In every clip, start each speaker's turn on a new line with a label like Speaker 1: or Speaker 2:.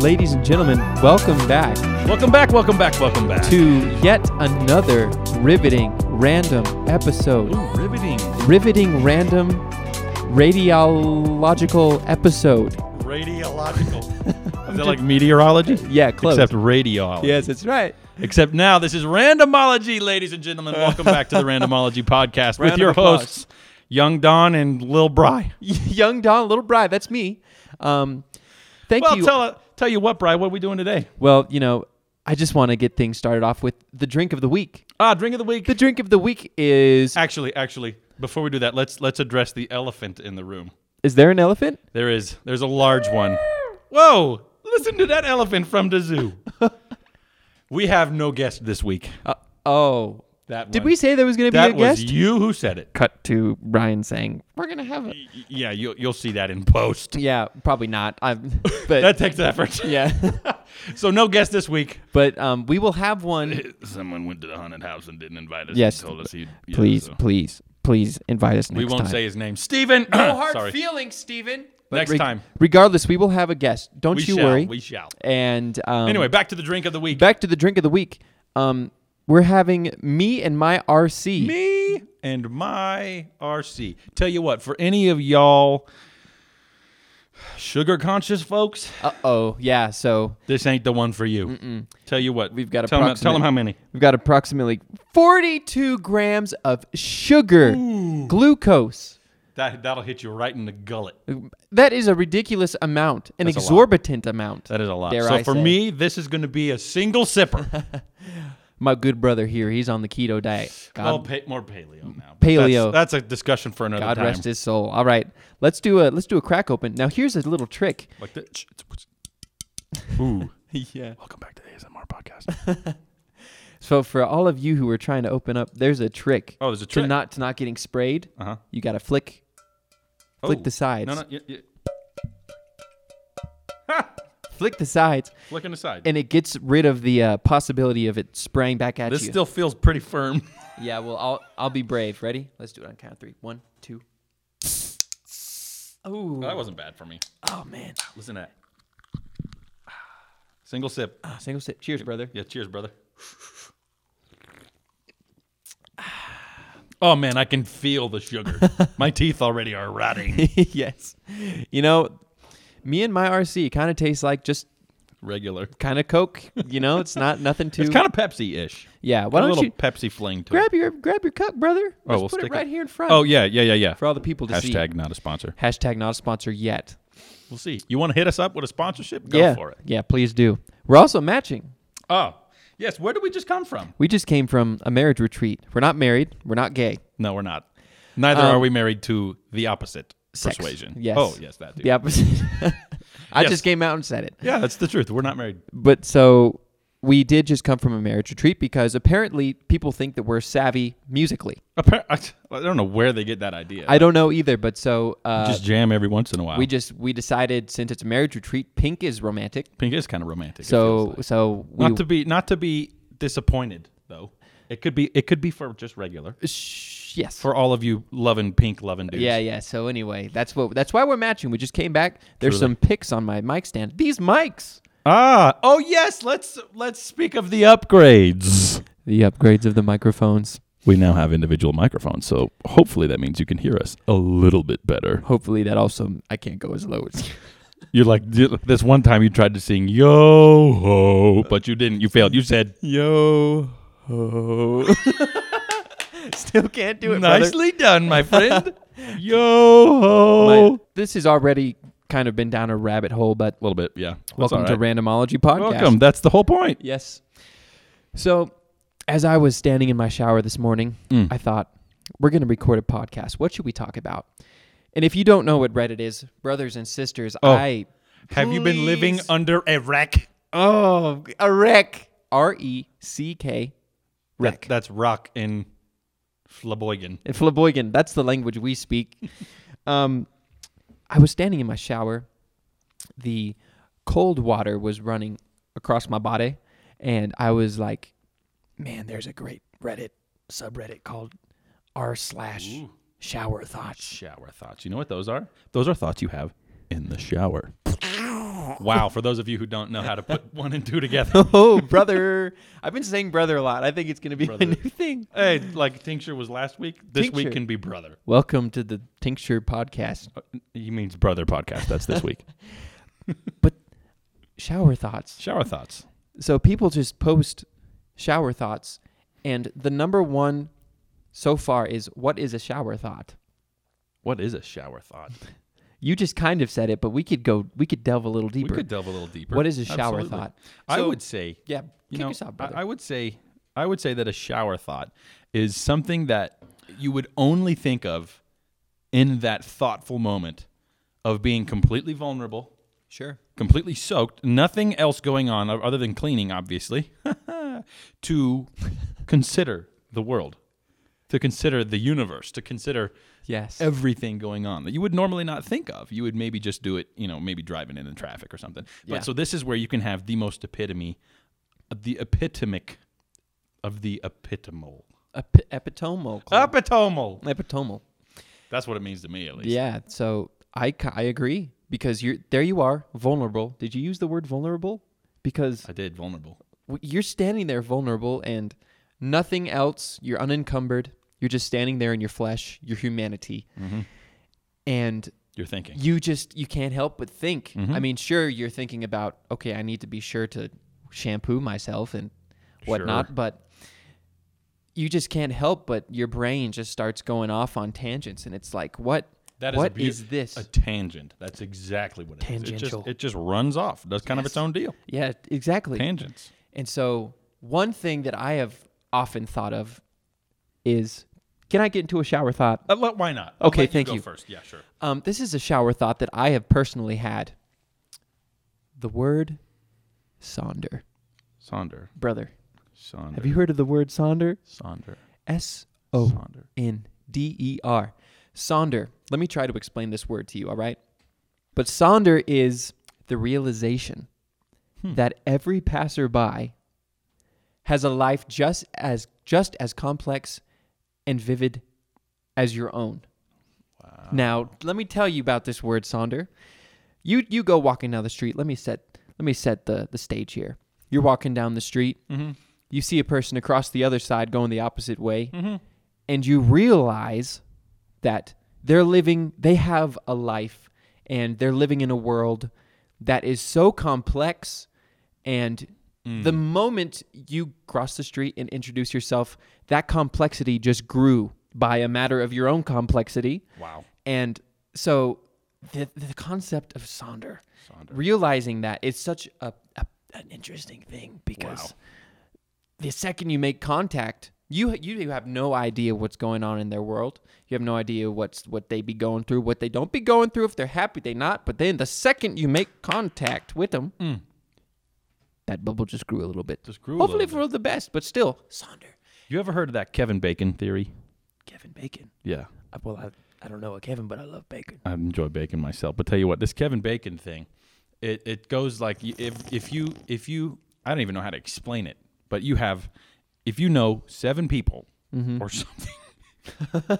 Speaker 1: ladies and gentlemen, welcome back
Speaker 2: Welcome back, welcome back, welcome back.
Speaker 1: to yet another riveting random episode.
Speaker 2: Ooh, riveting.
Speaker 1: Riveting random radiological episode.
Speaker 2: Radiological. Is that like meteorology?
Speaker 1: Yeah, close.
Speaker 2: Except radiology.
Speaker 1: yes, that's right.
Speaker 2: Except now this is randomology, ladies and gentlemen. Welcome back to the Randomology Podcast
Speaker 1: Round
Speaker 2: with
Speaker 1: of
Speaker 2: your
Speaker 1: applause.
Speaker 2: hosts, Young Don and Lil Bry.
Speaker 1: Young Don, Little Bry, that's me. Um, thank
Speaker 2: Well,
Speaker 1: you.
Speaker 2: tell uh, tell you what, Bry, what are we doing today?
Speaker 1: well, you know, I just want to get things started off with the drink of the week. Uh,
Speaker 2: Ah, drink of the week.
Speaker 1: The drink of the week is
Speaker 2: Actually, actually, before we do that, let's let's address the elephant in the room.
Speaker 1: is there an elephant?
Speaker 2: There is. There's a large one. Whoa! Listen to that elephant from the zoo. we have no guest this week.
Speaker 1: Uh, oh.
Speaker 2: That
Speaker 1: Did
Speaker 2: one.
Speaker 1: we say there was going to be
Speaker 2: That
Speaker 1: a
Speaker 2: was
Speaker 1: guest?
Speaker 2: you who said it.
Speaker 1: Cut to Brian saying, "We're going to have a
Speaker 2: Y- Yeah, you, you'll see that in post.
Speaker 1: Yeah, probably not. I but
Speaker 2: That takes effort.
Speaker 1: yeah.
Speaker 2: So no guest this week.
Speaker 1: but um we will have one.
Speaker 2: Someone went to the haunted house and didn't invite us. and
Speaker 1: Yes.
Speaker 2: told us he. yeah,
Speaker 1: Please,
Speaker 2: so.
Speaker 1: please, please invite us next
Speaker 2: We won't
Speaker 1: time.
Speaker 2: say his name. Steven. oh, Sorry.
Speaker 1: feelings, Steven.
Speaker 2: Next time.
Speaker 1: Regardless, we will have a guest. Don't
Speaker 2: We
Speaker 1: you
Speaker 2: shall,
Speaker 1: worry.
Speaker 2: we shall.
Speaker 1: And um,
Speaker 2: Anyway, back to the drink of the week.
Speaker 1: back to the drink of the week. Um, we're having me and my RC.
Speaker 2: me and my RC. Tell you what, for any of y'all sugar conscious folks,
Speaker 1: Uh oh, yeah. So
Speaker 2: this ain't the one for you. Tell you what,
Speaker 1: We've got
Speaker 2: tell them,
Speaker 1: approximate-
Speaker 2: tell them how many.
Speaker 1: we've got approximately 42 grams of sugar, glucose.
Speaker 2: That that'll hit you right in the gullet.
Speaker 1: That is a ridiculous amount, an
Speaker 2: That's a lot.
Speaker 1: exorbitant amount.
Speaker 2: That is a lot.
Speaker 1: Dare
Speaker 2: so
Speaker 1: I
Speaker 2: for
Speaker 1: say.
Speaker 2: me, this is going to be a single sipper.
Speaker 1: my good brother here, he's on the keto diet. God,
Speaker 2: well, pa- more paleo now. but
Speaker 1: Paleo.
Speaker 2: That's, that's a discussion for another
Speaker 1: God
Speaker 2: time.
Speaker 1: rest his soul. All right, let's do a let's do a crack open. Now here's a little trick.
Speaker 2: Like that. Ooh.
Speaker 1: yeah.
Speaker 2: Welcome back to the ASMR podcast.
Speaker 1: So for all of you who are trying to open up, there's a trick.
Speaker 2: Oh, there's a
Speaker 1: to
Speaker 2: trick.
Speaker 1: not to not getting sprayed.
Speaker 2: Uh huh.
Speaker 1: You got to flick flick the sides.
Speaker 2: Oh. No, no. Yeah, yeah.
Speaker 1: Flick the sides,
Speaker 2: Flicking the sides.
Speaker 1: and it gets rid of the uh, possibility of it spraying back at
Speaker 2: This
Speaker 1: you.
Speaker 2: still feels pretty firm.
Speaker 1: yeah. Well, I'll I'll be brave. Ready? Let's do it on count of three. One, two. Ooh.
Speaker 2: that wasn't bad for me.
Speaker 1: Oh man.
Speaker 2: Listen to that. Single sip.
Speaker 1: Ah, single sip. Cheers, brother.
Speaker 2: Yeah, cheers, brother. Oh man, I can feel the sugar. My teeth already are rotting.
Speaker 1: yes. You know, me and my RC kind of tastes like just
Speaker 2: Regular.
Speaker 1: kind of Coke. You know, it's not nothing too.
Speaker 2: It's kind of Pepsi-ish.
Speaker 1: yeah. Why
Speaker 2: a
Speaker 1: don't
Speaker 2: little
Speaker 1: you
Speaker 2: Pepsi fling to it.
Speaker 1: grab your grab your cup, brother? Let's
Speaker 2: we'll
Speaker 1: put
Speaker 2: stick
Speaker 1: it
Speaker 2: it-
Speaker 1: right here in front.
Speaker 2: Oh yeah, yeah, yeah, yeah.
Speaker 1: for all the people to see.
Speaker 2: Hashtag not a sponsor.
Speaker 1: Hashtag not a sponsor yet.
Speaker 2: We'll see. You want to hit us up with a sponsorship? Go
Speaker 1: yeah.
Speaker 2: for it.
Speaker 1: Yeah, please do. We're also matching.
Speaker 2: Oh yes. Where did we just come from?
Speaker 1: We just came from a marriage retreat. We're not married. We're not gay.
Speaker 2: No, we're not. Neither
Speaker 1: Um,
Speaker 2: are we married to the opposite
Speaker 1: Sex.
Speaker 2: persuasion.
Speaker 1: Yes.
Speaker 2: Oh yes, that. Dude.
Speaker 1: The opposite. I
Speaker 2: Yes.
Speaker 1: just came out and said it.
Speaker 2: Yeah, that's the truth. We're not married.
Speaker 1: But so we did just come from a marriage retreat because apparently people think that we're savvy musically.
Speaker 2: Appar- I I don't know where they get that idea.
Speaker 1: I don't know either, but so uh,
Speaker 2: just jam every once in a while.
Speaker 1: we just we decided since it's a marriage retreat, pink is romantic.
Speaker 2: Pink is kind of romantic. it
Speaker 1: So
Speaker 2: feels like.
Speaker 1: so we
Speaker 2: not to be not to be disappointed though. It could be it could be for just regular
Speaker 1: Sh- yes.
Speaker 2: for all of you loving pink loving dudes.
Speaker 1: yeah, yeah. So anyway, that's what that's why we're matching. We just came back. There's
Speaker 2: Truly.
Speaker 1: some picks on my mic stand. These mics.
Speaker 2: Ah. Oh yes. Let's let's speak of the upgrades.
Speaker 1: The upgrades of the microphones.
Speaker 2: We now have individual microphones, so hopefully that means you can hear us a little bit better.
Speaker 1: Hopefully that also I can't go as low as
Speaker 2: You're like this one time you tried to sing yo ho, but you didn't. You failed. You said
Speaker 1: yo ho. Still can't do it. brother.
Speaker 2: Nicely done, my friend. Yo ho.
Speaker 1: My- this has already kind of been down a rabbit hole, but
Speaker 2: A little bit, yeah. That's
Speaker 1: welcome
Speaker 2: all
Speaker 1: to
Speaker 2: right.
Speaker 1: Randomology Podcast.
Speaker 2: Welcome. That's the whole point.
Speaker 1: Yes. So, as I was standing in my shower this morning,
Speaker 2: Mm.
Speaker 1: I thought, we're going to record a podcast. What should we talk about? And if you don't know what Reddit is, brothers and sisters, I.
Speaker 2: Oh, Have you been living
Speaker 1: Please.
Speaker 2: under a wreck?
Speaker 1: Oh, a wreck. R E C K. Wreck.
Speaker 2: that's rock in Flamboyant.
Speaker 1: And Flamboyant, that's the language we speak. um, I was standing in my shower. The cold water was running across my body. And I was like, man, there's a great Reddit subreddit called r slash shower thoughts.
Speaker 2: Shower thoughts. You know what those are? Those are thoughts you have in the shower. Wow, for those of you who don't know how to put one and two together.
Speaker 1: Oh, brother. I've been saying brother a lot. I think it's going to be
Speaker 2: Brother.
Speaker 1: my new thing.
Speaker 2: Hey, like tincture was last week. This week
Speaker 1: Tincture.
Speaker 2: can be brother.
Speaker 1: Welcome to the Tincture Podcast.
Speaker 2: Uh, He means brother podcast. That's this week.
Speaker 1: Shower thoughts.
Speaker 2: Shower thoughts.
Speaker 1: So people just post shower thoughts, and the number one so far is what is a shower thought?
Speaker 2: What is a shower thought?
Speaker 1: You just kind of said it, but we could go. We could delve a little deeper.
Speaker 2: We could delve a little deeper.
Speaker 1: What is a shower
Speaker 2: Absolutely.
Speaker 1: thought?
Speaker 2: I
Speaker 1: So-
Speaker 2: would say,
Speaker 1: Yeah,
Speaker 2: you
Speaker 1: kick
Speaker 2: know,
Speaker 1: us out,
Speaker 2: I,
Speaker 1: brother.
Speaker 2: I would say, I would say that a shower thought is something that you would only think of in that thoughtful moment of being completely vulnerable,
Speaker 1: sure.
Speaker 2: completely soaked, nothing else going on o- other than cleaning, obviously, to consider the world, to consider the universe, to consider
Speaker 1: Yes.
Speaker 2: everything going on that you would normally not think of. You would maybe just do it, you know, maybe driving in the traffic or something.
Speaker 1: Yeah.
Speaker 2: But so this is where you can have the most epitome, uh, the epitomic of the epitomal.
Speaker 1: Epi- epitomal. Club.
Speaker 2: Epitomal.
Speaker 1: epitomal.
Speaker 2: That's what it means to me, at least.
Speaker 1: Yeah. So I ca- I agree because you're there. You are vulnerable. Did you use the word vulnerable? Because
Speaker 2: I did vulnerable.
Speaker 1: w- you're standing there vulnerable and nothing else. You're unencumbered. You're just standing there in your flesh, your humanity, and
Speaker 2: Mm-hmm. You're thinking.
Speaker 1: you just you can't help but think.
Speaker 2: Mm-hmm.
Speaker 1: I mean, sure, you're thinking about okay, I need to be sure to shampoo myself and whatnot,
Speaker 2: Sure.
Speaker 1: but you just can't help but your brain just starts going off on tangents, and it's like, what?
Speaker 2: That is
Speaker 1: what
Speaker 2: a beau-
Speaker 1: is this?
Speaker 2: A tangent. That's exactly what it is. It
Speaker 1: Tangential.
Speaker 2: just, it just runs off. Does kind of its own deal.
Speaker 1: yeah, exactly.
Speaker 2: Tangents.
Speaker 1: And so, one thing that I have often thought of is, can I get into a shower thought?
Speaker 2: Uh, let- why not?
Speaker 1: Okay,
Speaker 2: let
Speaker 1: thank
Speaker 2: go
Speaker 1: you.
Speaker 2: First, yeah, sure.
Speaker 1: Um, this is a shower thought that I have personally had. The word sonder,
Speaker 2: Sonder.
Speaker 1: brother.
Speaker 2: Sonder.
Speaker 1: Have you Oh. heard of the word sonder?
Speaker 2: Sonder.
Speaker 1: S O
Speaker 2: Sonder.
Speaker 1: N D E R. Sonder. Let me try to explain this word to you, all right? But sonder is the realization that every passerby has a life just as just as complex and vivid as your own. Now, let me tell you about this word sonder. You you go walking down the street. Let me set let me set the the stage here. You're walking down the street. You see a person across the other side going the opposite way, and you realize that they're living. They have a life, and they're living in a world that is so complex. And the moment you cross the street and introduce yourself, that complexity just grew by a matter of your own complexity.
Speaker 2: Wow.
Speaker 1: And so the, the concept of Sonder,
Speaker 2: Sonder.
Speaker 1: realizing that it's such a, a an interesting thing because
Speaker 2: Wow.
Speaker 1: the second you make contact, you you have no idea what's going on in their world. You have no idea what's what they be going through, what they don't be going through, if they're happy, they not. But then the second you make contact with them, that bubble just Hmm. grew a little bit.
Speaker 2: Just grew a
Speaker 1: Hopefully
Speaker 2: little
Speaker 1: for the best, but still, Sonder,
Speaker 2: You ever heard of that Kevin Bacon theory?
Speaker 1: Kevin Bacon.
Speaker 2: Yeah.
Speaker 1: Uh, Well, I I don't know a Kevin, but I love bacon.
Speaker 2: I enjoy bacon myself, but tell you what, this Kevin Bacon thing, it, it goes like you- if if you if you I don't even know how to explain it, but you have if you know seven people
Speaker 1: Mm-hmm.
Speaker 2: or something,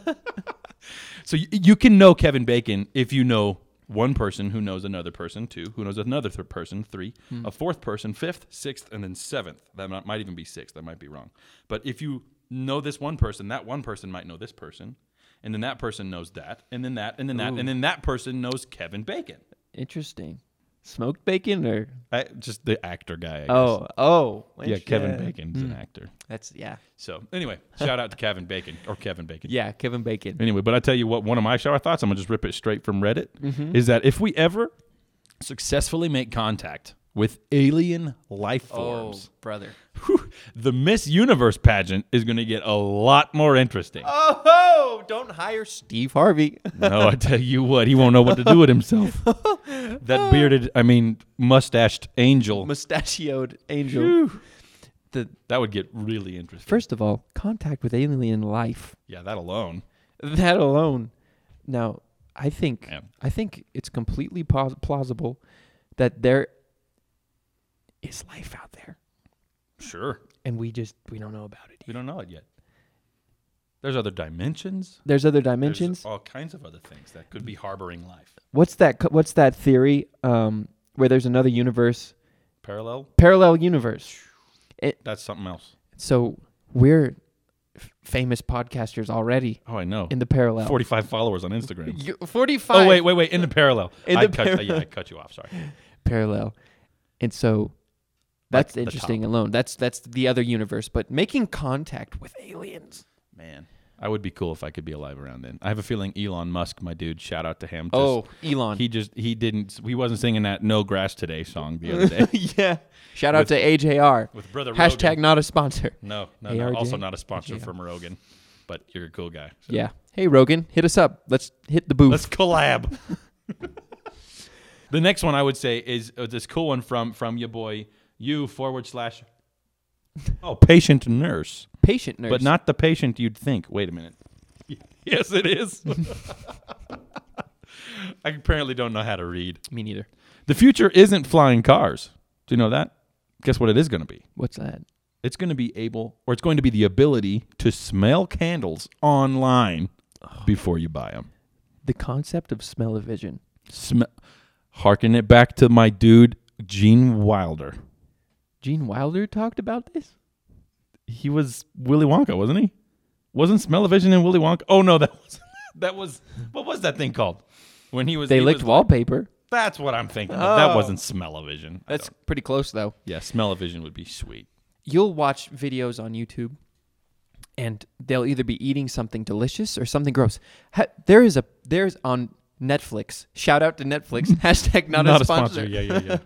Speaker 2: so you, you can know Kevin Bacon if you know one person who knows another person, two who knows another third person, three a fourth person, fifth, sixth, and then seventh. That might, might even be sixth. I might be wrong, but if you know this one person, that one person might know this person. And then that person knows that, and then that, and then that, and then that person knows Kevin Bacon.
Speaker 1: Interesting. Smoked bacon or
Speaker 2: I, just the actor guy. I guess.
Speaker 1: oh oh
Speaker 2: yeah, Kevin
Speaker 1: Bacon.
Speaker 2: Bacon's an actor.
Speaker 1: That's yeah
Speaker 2: So anyway, shout out to Kevin Bacon or Kevin Bacon.
Speaker 1: yeah Kevin Bacon.
Speaker 2: Anyway, but I tell you what, one of my shower thoughts, I'm gonna just rip it straight from Reddit,
Speaker 1: Mm-hmm.
Speaker 2: is that if we ever successfully make contact with alien life forms,
Speaker 1: Oh, brother.
Speaker 2: whew, the Miss Universe pageant is gonna get a lot more interesting.
Speaker 1: Oh ho! Don't hire Steve Harvey.
Speaker 2: no, I tell you what, he won't know what to do with himself. that bearded, I mean, mustached angel.
Speaker 1: Mustachioed angel. The
Speaker 2: That would get really interesting.
Speaker 1: first of all, contact with alien life.
Speaker 2: yeah, that alone.
Speaker 1: That alone. Now, I think
Speaker 2: Yeah.
Speaker 1: I think it's completely pos- plausible that there is life out there,
Speaker 2: Sure.
Speaker 1: and we just we don't know about it.
Speaker 2: We don't know it yet. There's other dimensions.
Speaker 1: There's other
Speaker 2: There's
Speaker 1: dimensions.
Speaker 2: all kinds of other things that could be harboring life.
Speaker 1: what's that co- what's that theory um where there's another universe,
Speaker 2: Parallel?
Speaker 1: parallel universe.
Speaker 2: That's something else.
Speaker 1: So we're f- famous podcasters already
Speaker 2: Oh, I know.
Speaker 1: in the parallel.
Speaker 2: 45 followers on Instagram.
Speaker 1: You- 45
Speaker 2: Oh, wait, wait, wait. In the parallel.
Speaker 1: In
Speaker 2: I,
Speaker 1: the
Speaker 2: cut,
Speaker 1: parallel.
Speaker 2: yeah, I cut you off. Sorry.
Speaker 1: parallel. And so that's
Speaker 2: the
Speaker 1: interesting
Speaker 2: top.
Speaker 1: alone. That's that's the other universe, but making contact with aliens.
Speaker 2: Man. I would be cool if I could be alive around then. I have a feeling Elon Musk, my dude, shout out to him. Just,
Speaker 1: oh, Elon.
Speaker 2: He just, he didn't, he wasn't singing that No Grass Today song the other day
Speaker 1: yeah. Shout out to AJR.
Speaker 2: with Brother
Speaker 1: Hashtag
Speaker 2: Rogan.
Speaker 1: not a sponsor.
Speaker 2: No, no, no.
Speaker 1: ARJ?
Speaker 2: Also not a sponsor
Speaker 1: Yeah.
Speaker 2: from Rogan, but you're a cool guy. so.
Speaker 1: Yeah. Hey Rogan, hit us up. Let's hit the booth.
Speaker 2: Let's collab. the next one I would say is uh, this cool one from from your boy you forward slash oh patient nurse,
Speaker 1: Patient nurse.
Speaker 2: but not the patient you'd think. Wait a minute. Y- Yes, it is. I apparently don't know how to read.
Speaker 1: me neither.
Speaker 2: The future isn't flying cars. Do you know that? Guess what it is going to be?
Speaker 1: What's that?
Speaker 2: It's going to be able, or it's going to be the ability to smell candles online before you buy them.
Speaker 1: The concept of smell of vision.
Speaker 2: Sm- harken it back to my dude Gene Wilder.
Speaker 1: Gene Wilder talked about this?
Speaker 2: He was Willy Wonka, wasn't he? Wasn't Smell-O-Vision in Willy Wonka? Oh no, that was that was what was that thing called? When he was
Speaker 1: They
Speaker 2: he
Speaker 1: licked
Speaker 2: was-
Speaker 1: wallpaper.
Speaker 2: That's what I'm thinking. of. That
Speaker 1: Oh.
Speaker 2: wasn't Smell-O-Vision. I
Speaker 1: That's
Speaker 2: don't-
Speaker 1: pretty close though.
Speaker 2: yeah. Smell-O-Vision would be sweet.
Speaker 1: you'll watch videos on YouTube and they'll either be eating something delicious or something gross. Ha- there is a there's on Netflix. Shout out to Netflix. Hashtag not, a, sponsor.
Speaker 2: Yeah, yeah, yeah.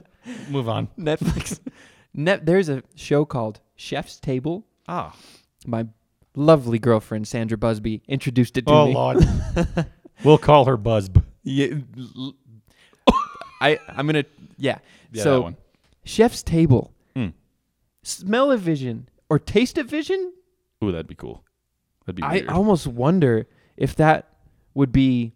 Speaker 2: Move on.
Speaker 1: Netflix. Net, there's a show called Chef's Table.
Speaker 2: Ah,
Speaker 1: My lovely girlfriend Sandra Busby introduced it to me.
Speaker 2: lord. we'll call her Buzzb.
Speaker 1: Yeah, l- I I'm gonna yeah.
Speaker 2: Yeah,
Speaker 1: so
Speaker 2: that one.
Speaker 1: Chef's Table.
Speaker 2: Mm.
Speaker 1: Smell of vision or taste of vision?
Speaker 2: Ooh, that'd be cool. That'd be
Speaker 1: I
Speaker 2: weird.
Speaker 1: almost wonder if that would be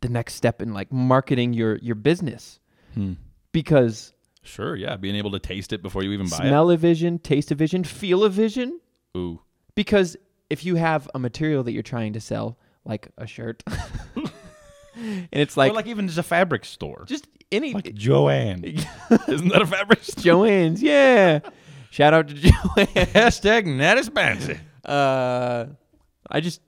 Speaker 1: the next step in like marketing your your business
Speaker 2: Hmm.
Speaker 1: because
Speaker 2: Sure, yeah. Being able to taste it before you even buy
Speaker 1: smell a vision, taste a vision, feel a vision.
Speaker 2: it. Ooh.
Speaker 1: Because if you have a material that you're trying to sell, like a shirt, and it's like,
Speaker 2: or like even just a fabric store.
Speaker 1: just any
Speaker 2: Joanne. Isn't that a fabric store?
Speaker 1: Joanne's, yeah. Shout out to Joanne.
Speaker 2: Hashtag not as fancy.
Speaker 1: Uh, I just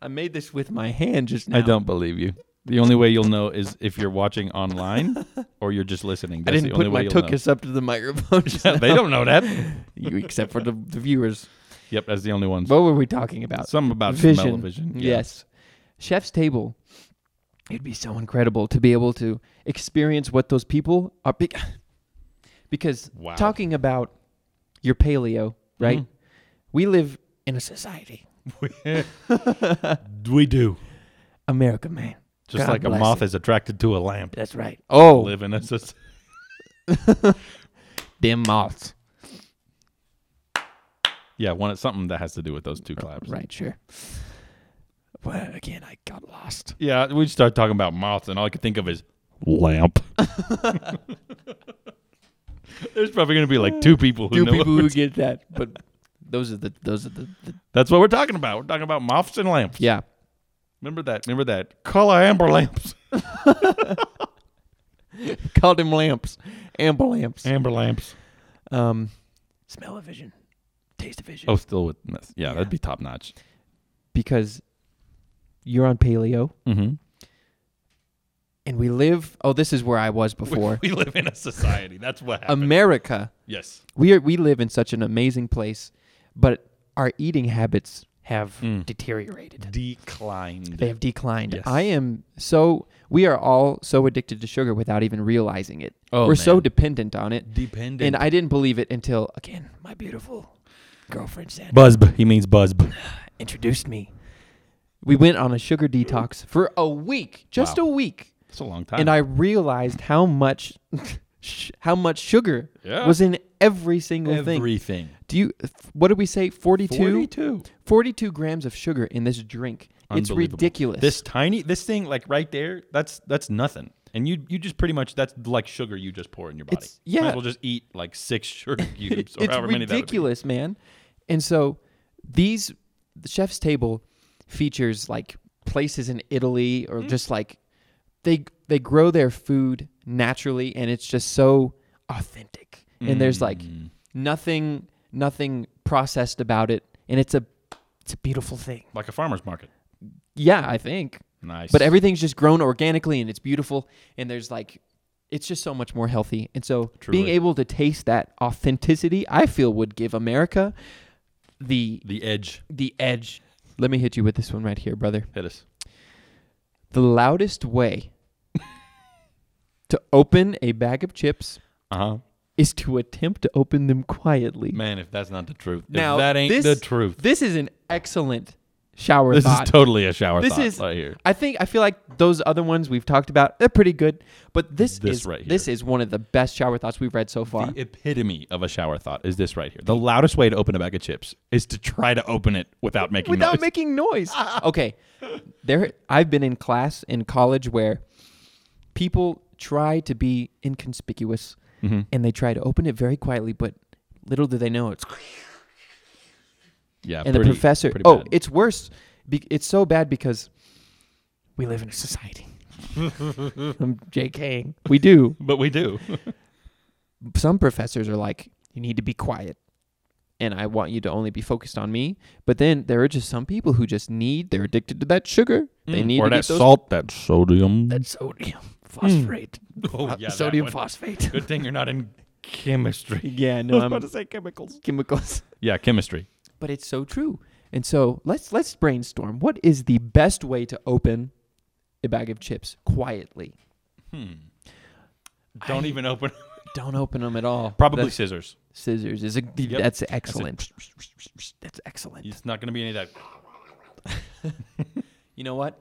Speaker 1: I made this with my hand just now.
Speaker 2: I don't believe you. The only way you'll know is if you're watching online or you're just listening.
Speaker 1: I
Speaker 2: That's
Speaker 1: didn't
Speaker 2: the only
Speaker 1: put my
Speaker 2: way you'll know.
Speaker 1: tuchus up to the microphone. Just
Speaker 2: they
Speaker 1: now.
Speaker 2: don't know that.
Speaker 1: you, except for the, the viewers.
Speaker 2: Yep, that's the only one.
Speaker 1: What were we talking about?
Speaker 2: Something about
Speaker 1: vision.
Speaker 2: television.
Speaker 1: Yes. Chef's Table. It'd be so incredible to be able to experience what those people are. Be- because
Speaker 2: Wow. Mm-hmm.
Speaker 1: talking about your paleo, right? We live in a society,
Speaker 2: we do.
Speaker 1: America, man.
Speaker 2: Just
Speaker 1: God
Speaker 2: like a
Speaker 1: bless
Speaker 2: moth
Speaker 1: it.
Speaker 2: is attracted to a lamp.
Speaker 1: That's right. Oh,
Speaker 2: Live in a soc-
Speaker 1: them moths.
Speaker 2: Yeah, one something that has to do with those two claps.
Speaker 1: Right, sure. Well, again, I got lost.
Speaker 2: Yeah, we start talking about moths, and all I could think of is lamp. There's probably going to be like two people who
Speaker 1: Few
Speaker 2: know.
Speaker 1: people
Speaker 2: what we're-
Speaker 1: who get that, but those are the those are the, the
Speaker 2: That's what we're talking about. We're talking about moths and lamps.
Speaker 1: yeah.
Speaker 2: Remember that. Remember that. Color amber lamps.
Speaker 1: Called them lamps, amber lamps.
Speaker 2: Amber lamps.
Speaker 1: Um, smell of vision, taste of vision.
Speaker 2: Oh, still with yeah, that'd be top notch.
Speaker 1: Because you're on paleo,
Speaker 2: Mm-hmm.
Speaker 1: and we live. Oh, this is where I was before.
Speaker 2: We, live in a society. That's what happened.
Speaker 1: America.
Speaker 2: yes.
Speaker 1: We are, we live in such an amazing place, but our eating habits have
Speaker 2: Mm.
Speaker 1: deteriorated.
Speaker 2: Declined.
Speaker 1: They have declined.
Speaker 2: Yes.
Speaker 1: I am so. We are all so addicted to sugar without even realizing it.
Speaker 2: Oh,
Speaker 1: We're so
Speaker 2: man.
Speaker 1: dependent on it,
Speaker 2: Dependent.
Speaker 1: and I didn't believe it until again my beautiful girlfriend said.
Speaker 2: Buzzb. He means buzzb.
Speaker 1: introduced me. We went on a sugar detox for a week, just
Speaker 2: Wow.
Speaker 1: a week,
Speaker 2: It's a long time.
Speaker 1: and I realized how much sh- how much sugar
Speaker 2: Yeah.
Speaker 1: was in every single thing.
Speaker 2: everything.
Speaker 1: Do you f- what did we say 42?
Speaker 2: 42.
Speaker 1: 42 grams of sugar in this drink. It's
Speaker 2: Unbelievable.
Speaker 1: ridiculous.
Speaker 2: This tiny, this thing, like right there, that's that's nothing. And you you just pretty much that's like sugar you just pour in your body.
Speaker 1: It's- yeah.
Speaker 2: Might as well just eat like six sugar cubes or
Speaker 1: it's
Speaker 2: however many that would be.
Speaker 1: ridiculous, man. And so these
Speaker 2: Hmm.
Speaker 1: the chef's table features like places in Italy or just like they they grow their food naturally and it's just so authentic. And there's like
Speaker 2: Mm.
Speaker 1: nothing nothing processed about it and it's a it's a beautiful thing.
Speaker 2: like a farmer's market.
Speaker 1: Yeah, I think.
Speaker 2: Nice.
Speaker 1: But everything's just grown organically and it's beautiful and there's like it's just so much more healthy. And so being
Speaker 2: Truly.
Speaker 1: able to taste that authenticity, I feel would give America the
Speaker 2: the edge
Speaker 1: the edge. Let me hit you with this one right here, brother.
Speaker 2: hit us.
Speaker 1: The loudest way to open a bag of chips
Speaker 2: Uh huh.
Speaker 1: is to attempt to open them quietly.
Speaker 2: Man, if that's not the truth,
Speaker 1: Now,
Speaker 2: if that ain't
Speaker 1: this-
Speaker 2: the truth.
Speaker 1: This is an excellent shower
Speaker 2: This
Speaker 1: thought.
Speaker 2: is totally a shower
Speaker 1: This
Speaker 2: thought
Speaker 1: is-
Speaker 2: right here.
Speaker 1: I think I feel like those other ones we've talked about, they're pretty good, but this,
Speaker 2: This
Speaker 1: is
Speaker 2: right here.
Speaker 1: this is one of the best shower thoughts we've read so far.
Speaker 2: The epitome of a shower thought is this right here. The loudest way to open a bag of chips is to try to open it without making
Speaker 1: without
Speaker 2: noise.
Speaker 1: making noise. okay. There I've been in class in college where people try to be inconspicuous
Speaker 2: Mm-hmm.
Speaker 1: and they try to open it very quietly, but little do they know it's
Speaker 2: yeah,
Speaker 1: and
Speaker 2: pretty-
Speaker 1: the professor
Speaker 2: pretty
Speaker 1: Oh,
Speaker 2: bad.
Speaker 1: it's worse. Be, it's so bad because we live in a society. I'm JKing. We do.
Speaker 2: but we do.
Speaker 1: Some professors are like, you need to be quiet. And I want you to only be focused on me. But then there are just some people who just need, they're addicted to that sugar. They need
Speaker 2: Mm. or
Speaker 1: to
Speaker 2: that
Speaker 1: get those
Speaker 2: salt, that sodium.
Speaker 1: that sodium phosphate. Uh,
Speaker 2: oh, yeah, that
Speaker 1: sodium
Speaker 2: one.
Speaker 1: phosphate.
Speaker 2: Good thing you're not in chemistry.
Speaker 1: Yeah, no, I'm
Speaker 2: say chemicals.
Speaker 1: chemicals.
Speaker 2: Yeah, chemistry.
Speaker 1: But it's so true. And so let's let's brainstorm. What is the best way to open a bag of chips quietly?
Speaker 2: Don't even open.
Speaker 1: Don't open them at all.
Speaker 2: Probably
Speaker 1: That's-
Speaker 2: scissors.
Speaker 1: scissors is a, that's excellent.
Speaker 2: That's it.
Speaker 1: That's excellent.
Speaker 2: It's not going to be any of that.
Speaker 1: You know what?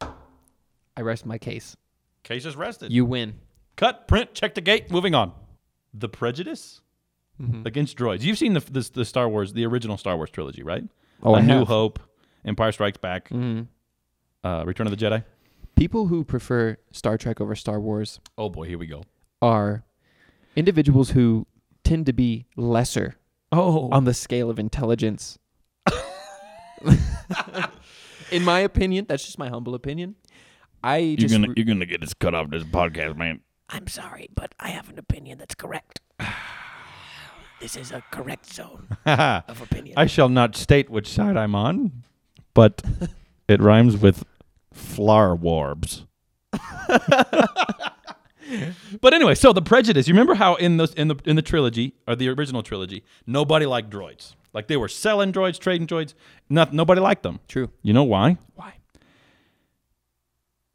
Speaker 1: I rest my case.
Speaker 2: Case is rested.
Speaker 1: You win.
Speaker 2: Cut, print, check the gate. Moving on. The prejudice against droids. You've seen the, the the Star Wars, the original Star Wars trilogy, right?
Speaker 1: Oh,
Speaker 2: A
Speaker 1: I
Speaker 2: New
Speaker 1: have.
Speaker 2: Hope, Empire Strikes Back, uh, Return of the Jedi.
Speaker 1: People who prefer Star Trek over Star Wars
Speaker 2: Oh boy, here we go.
Speaker 1: are individuals who tend to be lesser
Speaker 2: Oh,
Speaker 1: on the scale of intelligence. In my opinion, that's just my humble opinion. I
Speaker 2: you're
Speaker 1: just
Speaker 2: gonna you're gonna get this cut off this podcast, man.
Speaker 3: I'm sorry, but I have an opinion that's correct. this is a correct zone of opinion.
Speaker 2: I shall not state which side I'm on, but it rhymes with flower warbs. but anyway, so the prejudice. You remember how in those in the in the trilogy or the original trilogy, nobody liked droids. Like they were selling droids, trading droids. Not nobody liked them.
Speaker 1: true.
Speaker 2: You know why?
Speaker 1: Why?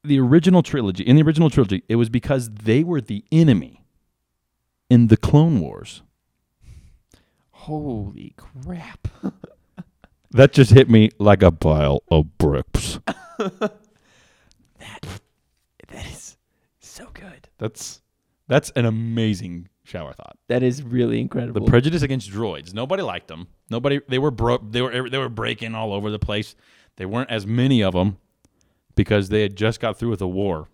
Speaker 2: The original trilogy. In the original trilogy, it was because they were the enemy in the Clone Wars.
Speaker 1: Holy crap!
Speaker 2: That just hit me like a pile of bricks.
Speaker 1: That is so good.
Speaker 2: That's that's an amazing shower thought.
Speaker 1: That is really
Speaker 2: The
Speaker 1: incredible.
Speaker 2: prejudice against droids. Nobody liked them. Nobody. They were bro. They were they were breaking all over the place. They weren't as many of them because they had just got through with a war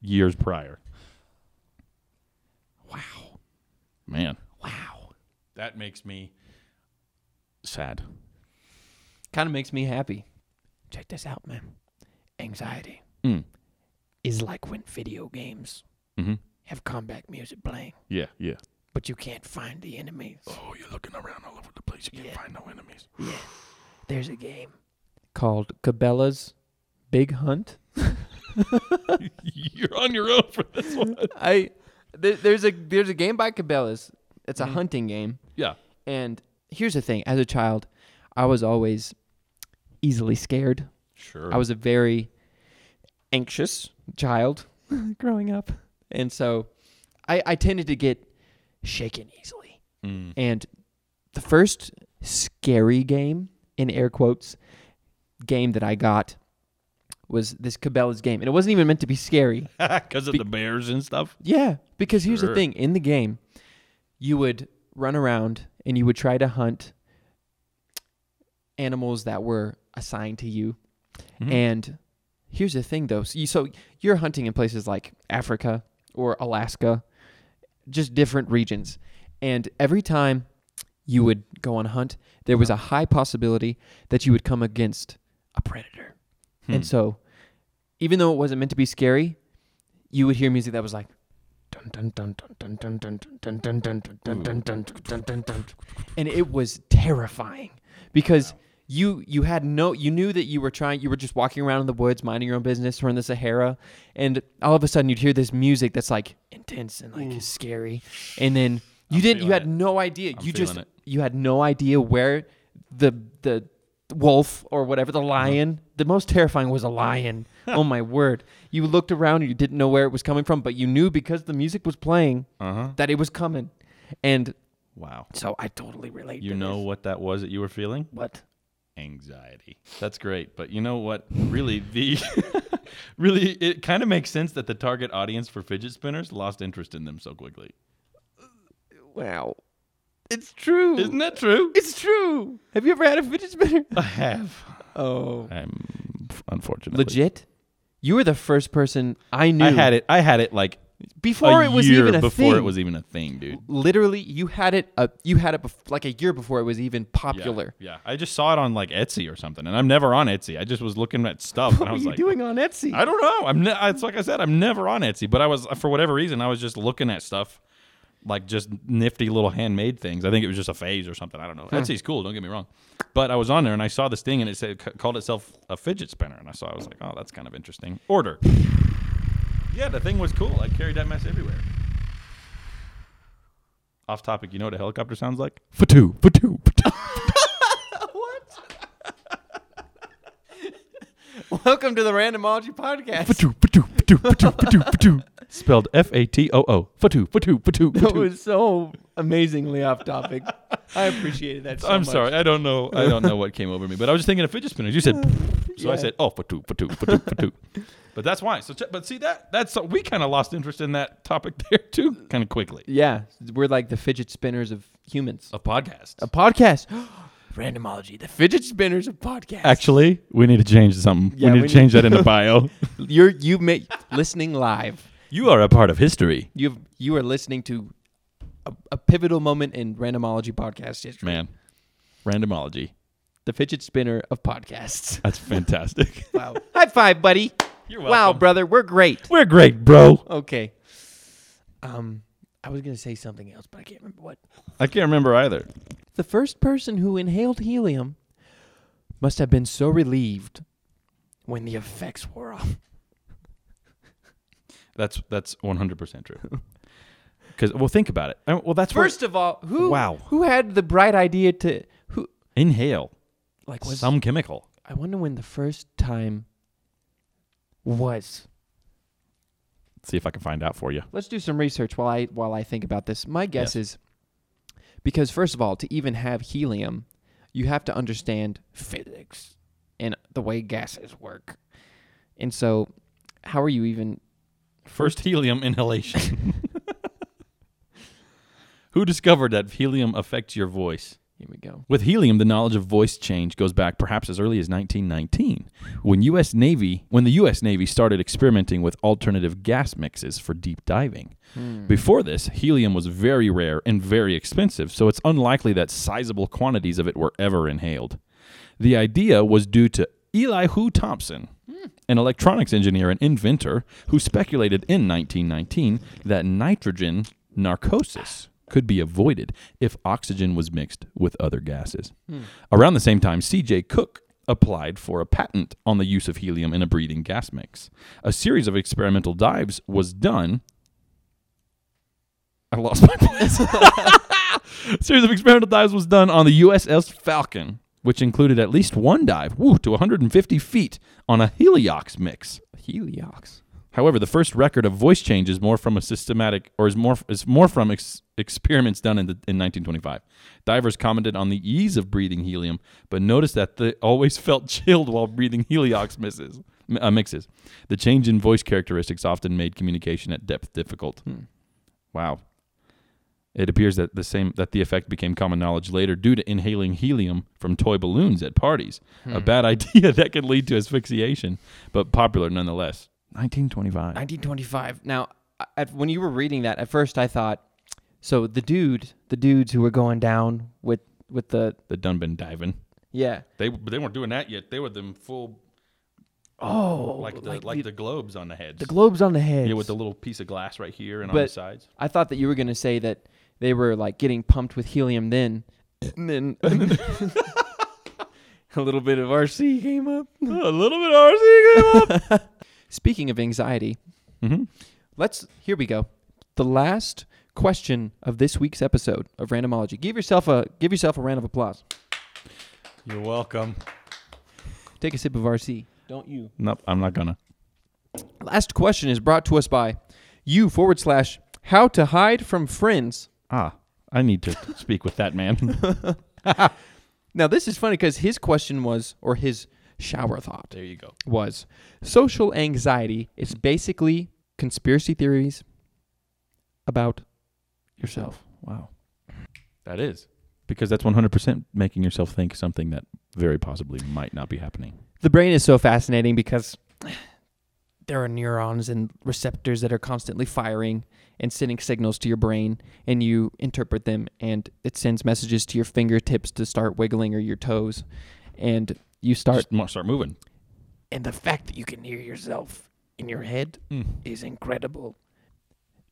Speaker 2: years prior.
Speaker 1: wow!
Speaker 2: Man,
Speaker 1: Wow!
Speaker 2: that makes me sad.
Speaker 1: Kind of makes me happy. Check this out, man. Anxiety
Speaker 2: Mm.
Speaker 1: is like when video games
Speaker 2: Mm-hmm.
Speaker 1: have combat music playing,
Speaker 2: Yeah, yeah.
Speaker 1: but you can't find the enemies.
Speaker 2: Oh, you're looking around all over the place. You can't find no enemies.
Speaker 1: There's a game called Cabela's Big Hunt.
Speaker 2: you're on your own for this one.
Speaker 1: I there, there's a there's a game by Cabela's. It's a hunting game.
Speaker 2: Yeah.
Speaker 1: And here's the thing: as a child, I was always easily scared.
Speaker 2: Sure.
Speaker 1: I was a very anxious child growing up, and so I, I tended to get shaken easily.
Speaker 2: Mm.
Speaker 1: And the first scary game, in air quotes, game that I got was this Cabela's game, and it wasn't even meant to be scary.
Speaker 2: Because of the bears and stuff.
Speaker 1: Yeah, because here's the
Speaker 2: Sure.
Speaker 1: thing: in the game, you would run around and you would try to hunt animals that were assigned to you. And here's the thing, though: so, you, so you're hunting in places like Africa or Alaska, just different regions, and every time you would go on a hunt, there was a high possibility that you would come
Speaker 2: Hmm.
Speaker 1: against a predator, and so even though it wasn't meant to be scary, you would hear music that was like, and it was terrifying because you you had no you knew that you were trying you were just walking around in the woods minding your own business or in the Sahara and all of a sudden you'd hear this music that's like intense and like scary and then you
Speaker 2: I'm
Speaker 1: didn't you
Speaker 2: feeling
Speaker 1: had
Speaker 2: it.
Speaker 1: no idea
Speaker 2: I'm
Speaker 1: you just
Speaker 2: feeling it.
Speaker 1: you had no idea where the the wolf or whatever
Speaker 2: Uh-huh.
Speaker 1: the lion the most terrifying was a lion oh my word you looked around and you didn't know where it was coming from but you knew because the music was playing
Speaker 2: Uh-huh.
Speaker 1: that it was coming and
Speaker 2: Wow.
Speaker 3: So I totally relate.
Speaker 2: You
Speaker 3: to
Speaker 2: know
Speaker 3: this.
Speaker 2: what that was that you were feeling?
Speaker 3: what?
Speaker 2: anxiety. That's great, but you know what? Really, the really it kind of makes sense that the target audience for fidget spinners lost interest in them so quickly.
Speaker 1: wow it's true
Speaker 2: Isn't that true?
Speaker 1: It's true. Have you ever had a fidget spinner?
Speaker 2: I have.
Speaker 1: Oh,
Speaker 2: I'm unfortunately
Speaker 1: legit. You were the first person I knew.
Speaker 2: I had it. I had it like
Speaker 1: before
Speaker 2: a
Speaker 1: it was
Speaker 2: year
Speaker 1: even a
Speaker 2: before
Speaker 1: thing.
Speaker 2: it was even a thing, dude.
Speaker 1: literally you had it. Uh, you had it bef- like a year before it was even popular.
Speaker 2: Yeah, yeah. I just saw it on like Etsy or something, and I'm never on Etsy. I just was looking at stuff, and
Speaker 1: What
Speaker 2: I
Speaker 1: were
Speaker 2: was
Speaker 1: you
Speaker 2: like,
Speaker 1: doing on Etsy?
Speaker 2: I don't know. I'm. Ne- it's like I said, I'm never on Etsy, but I was for whatever reason I was just looking at stuff, like just nifty little handmade things. I think it was just a phase or something. I don't know. Etsy's cool. Don't get me wrong, but I was on there and I saw this thing and it said c- called itself a fidget spinner, and I saw I was like, oh, that's kind of interesting. Order. Yeah, the thing was cool. I carried that mess everywhere. Off topic, you know what a helicopter sounds like? Fatu, fatu, fatu.
Speaker 1: Welcome to the Randomology Podcast.
Speaker 2: Fatu, fatu, fatu, fatu, fatu, fatu. Spelled F A T O O. Fatu, fatu, fatu,
Speaker 1: That
Speaker 2: fatu.
Speaker 1: was so amazingly off topic. I appreciated that. So
Speaker 2: I'm
Speaker 1: much.
Speaker 2: sorry. I don't know. I don't know what came over me, but I was just thinking of fidget spinners. You said, so I
Speaker 1: Yeah.
Speaker 2: said, oh, fatu, fatu, fatu, fatu. But that's why. So, check- but see that that's we kind of lost interest in that topic there too, kind of quickly.
Speaker 1: Yeah, we're like the fidget spinners of humans.
Speaker 2: A podcast.
Speaker 1: A podcast.
Speaker 3: Randomology. The
Speaker 1: Fidget spinners of podcasts.
Speaker 2: Actually, we need to change something.
Speaker 1: Yeah,
Speaker 2: we need
Speaker 1: we
Speaker 2: to change that into bio.
Speaker 1: You're you may listening live.
Speaker 2: you are a part of history,
Speaker 1: You've you are listening to a, a pivotal moment in randomology podcast history.
Speaker 2: man. Randomology.
Speaker 1: The fidget spinner of podcasts.
Speaker 2: That's fantastic.
Speaker 1: Wow. High five, buddy.
Speaker 2: You're
Speaker 1: Wow, brother, we're great.
Speaker 2: We're great, bro.
Speaker 1: Okay. Um I was going to say something else, but I can't remember what.
Speaker 2: I can't remember either.
Speaker 1: The first person who inhaled helium must have been so relieved when the effects wore off.
Speaker 2: That's that's 100 percent true. Because well, think about it. I- Well, that's where-
Speaker 1: First of all, who
Speaker 2: Wow.
Speaker 1: who had the bright idea to who
Speaker 2: inhale
Speaker 1: like was
Speaker 2: some chemical.
Speaker 1: I wonder when the first time was.
Speaker 2: see if I can find out for you.
Speaker 1: Let's do some research while I while I think about this. My guess
Speaker 2: Yes.
Speaker 1: is because first of all, to even have helium, you have to understand physics and the way gases work. And so, how are you even?
Speaker 2: First helium inhalation. Who discovered that helium affects your voice?
Speaker 1: Here we go.
Speaker 2: With helium, the knowledge of voice change goes back perhaps as early as 1919, when US Navy, when the US Navy started experimenting with alternative gas mixes for deep diving.
Speaker 1: Hmm.
Speaker 2: Before this, helium was very rare and very expensive, so it's unlikely that sizable quantities of it were ever inhaled. The idea was due to Elihu Thompson, an electronics engineer and inventor who speculated in 1919 that nitrogen narcosis could be avoided if oxygen was mixed with other gases.
Speaker 1: Hmm.
Speaker 2: Around the same time, C.J. Cook applied for a patent on the use of helium in a breathing gas mix. A series of experimental dives was done. I lost my place. series of experimental dives was done on the USS Falcon, which included at least one dive woo, to 150 feet on a heliox mix.
Speaker 1: Heliox.
Speaker 2: However, the first record of voice change is more from a systematic, or is more is more from ex- experiments done in, the, in 1925. Divers commented on the ease of breathing helium, but noticed that they always felt chilled while breathing heliox mixes. Uh, mixes. The change in voice characteristics often made communication at depth difficult. Wow. It appears that the same that the effect became common knowledge later due to inhaling helium from toy balloons at parties.
Speaker 1: Hmm.
Speaker 2: A bad idea that could lead to asphyxiation, but popular nonetheless. 1925.
Speaker 1: 1925. Now, I- at, when you were reading that, at first I thought, so the dude, the dudes who were going down with with the
Speaker 2: the Dunbin diving.
Speaker 1: yeah,
Speaker 2: They they weren't doing that yet. They were them full
Speaker 1: Oh,
Speaker 2: like the like, the, globes on the heads.
Speaker 1: the globes on the head.
Speaker 2: yeah, with the little piece of glass right here and on the
Speaker 1: But-
Speaker 2: sides.
Speaker 1: I thought that you were gonna say that they were like getting pumped with helium then, and then a little bit of RC came up.
Speaker 2: a little bit RC came up.
Speaker 1: Speaking of anxiety,
Speaker 2: mm-hmm.
Speaker 1: let's here we go. The last question of this week's episode of Randomology. Give yourself a give yourself a round of applause.
Speaker 2: You're welcome.
Speaker 1: Take a sip of RC. Don't you?
Speaker 2: Nope, I'm not gonna.
Speaker 1: Last question is brought to us by you forward slash how to hide from friends.
Speaker 2: Ah, I need to speak with that man.
Speaker 1: Now this is funny because his question was or his shower thought
Speaker 2: there you go.
Speaker 1: was social anxiety is basically conspiracy theories about yourself.
Speaker 2: Wow. That is because that's 100% making yourself think something that very possibly might not be happening.
Speaker 1: The brain is so fascinating because there are neurons and receptors that are constantly firing and sending signals to your brain and you interpret them and it sends messages to your fingertips to start wiggling or your toes and you start
Speaker 2: Just mo- start moving.
Speaker 3: And the fact that you can hear yourself in your head
Speaker 1: Mm.
Speaker 3: is incredible.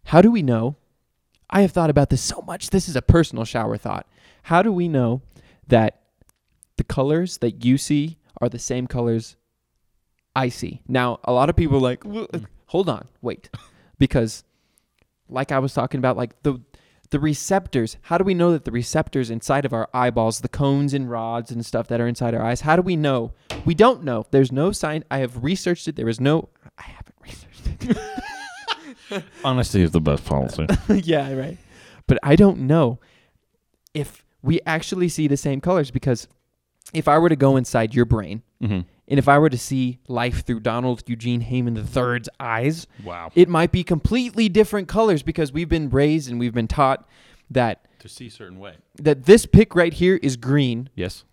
Speaker 1: How do we know? I have thought about this so much. This is a personal shower thought. How do we know that the colors that you see are the same colors I see? Now, a lot of people are like, "Well,
Speaker 3: Mm.
Speaker 1: uh, hold on, wait, because like I was talking about, like the the receptors. How do we know that the receptors inside of our eyeballs, the cones and rods and stuff that are inside our eyes? How do we know? We don't know. There's no sign. I have researched it. There is no. I haven't researched it.
Speaker 2: Honesty is the best policy.
Speaker 1: yeah, right. But I don't know if we actually see the same colors because if I were to go inside your brain
Speaker 2: mm-hmm.
Speaker 1: and if I were to see life through Donald Eugene Heyman III's eyes,
Speaker 2: Wow.
Speaker 1: it might be completely different colors because we've been raised and we've been taught that
Speaker 2: to see certain way.
Speaker 1: that this pick right here is green.
Speaker 2: Yes.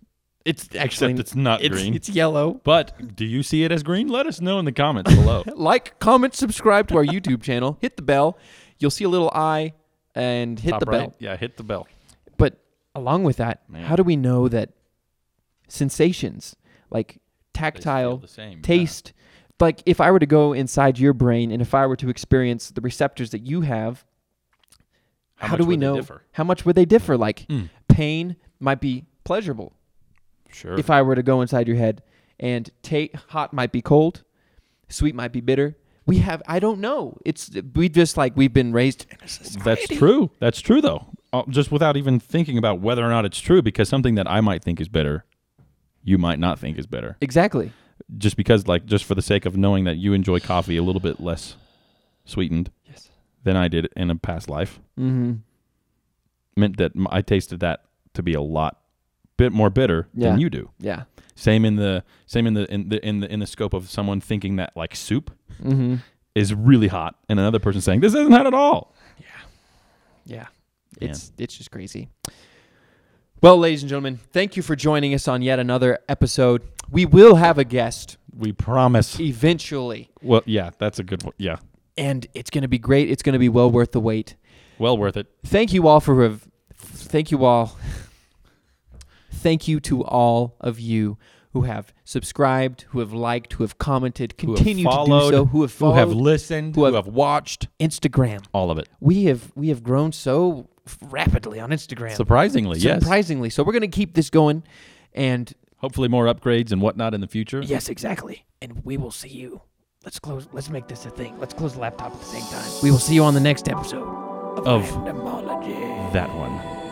Speaker 2: It's actually
Speaker 1: Except
Speaker 2: it's not
Speaker 1: It's,
Speaker 2: green.
Speaker 1: it's yellow.
Speaker 2: but do you see it as green? Let us know in the comments below.
Speaker 1: Like, comment, subscribe to our YouTube channel, hit the bell. You'll see a little eye and hit
Speaker 2: Top
Speaker 1: the
Speaker 2: right.
Speaker 1: bell.
Speaker 2: Yeah, hit the bell.
Speaker 1: But along with that,
Speaker 2: Man.
Speaker 1: how do we know that sensations like
Speaker 2: They feel
Speaker 1: tactile,
Speaker 2: the same. yeah.
Speaker 1: taste, like if I were to go inside your brain and if I were to experience the receptors that you have, how,
Speaker 2: much
Speaker 1: do we
Speaker 2: would they
Speaker 1: know
Speaker 2: differ?
Speaker 1: how much would they differ? Like
Speaker 2: Mm.
Speaker 1: pain might be pleasurable
Speaker 2: Sure.
Speaker 1: if I were to go inside your head, and ta- hot might be cold, sweet might be bitter. We have I don't know. It's we just like we've been raised in a society.
Speaker 2: That's true. That's true, though. Uh, just without even thinking about whether or not it's true, because something that I might think is better, you might not think is better.
Speaker 1: Exactly.
Speaker 2: Just because, like, just for the sake of knowing that you enjoy coffee a little bit less sweetened
Speaker 1: Yes.
Speaker 2: than I did in a past life,
Speaker 1: Mm-hmm.
Speaker 2: meant that m- I tasted that to be a lot bit more bitter
Speaker 1: Yeah.
Speaker 2: than you do.
Speaker 1: Yeah.
Speaker 2: Same in the same in the in the in the in the scope of someone thinking that like soup
Speaker 1: Mm-hmm.
Speaker 2: is really hot, and another person saying this isn't hot at all.
Speaker 1: Yeah.
Speaker 2: Yeah.
Speaker 1: It's it's just crazy. Well, ladies and gentlemen, thank you for joining us on yet another episode. We will have a guest
Speaker 2: We promise.
Speaker 1: eventually,
Speaker 2: Well, yeah, that's a good one. Yeah,
Speaker 1: and it's going to be great. It's going to be well worth the wait.
Speaker 2: well worth it.
Speaker 1: Thank you all for rev- thank you all. thank you to all of you who have subscribed, who have liked, who have commented,
Speaker 2: have
Speaker 1: continue to
Speaker 2: followed,
Speaker 1: do so, who have
Speaker 2: who have
Speaker 1: followed
Speaker 2: listened,
Speaker 1: who
Speaker 2: who
Speaker 1: have-
Speaker 2: have, watched,
Speaker 1: Instagram.
Speaker 2: all of it.
Speaker 1: We have we have grown so
Speaker 3: Rapidly on Instagram.
Speaker 2: Surprisingly, yes.
Speaker 1: surprisingly. So we're going to keep this going and
Speaker 2: Hopefully, more upgrades and whatnot in the future.
Speaker 3: yes, exactly. And we will see you. Let's close. Let's make this a thing. Let's close the laptop at the same time.
Speaker 1: We will see you on the next episode.
Speaker 2: Of
Speaker 3: Randomology.
Speaker 2: that one.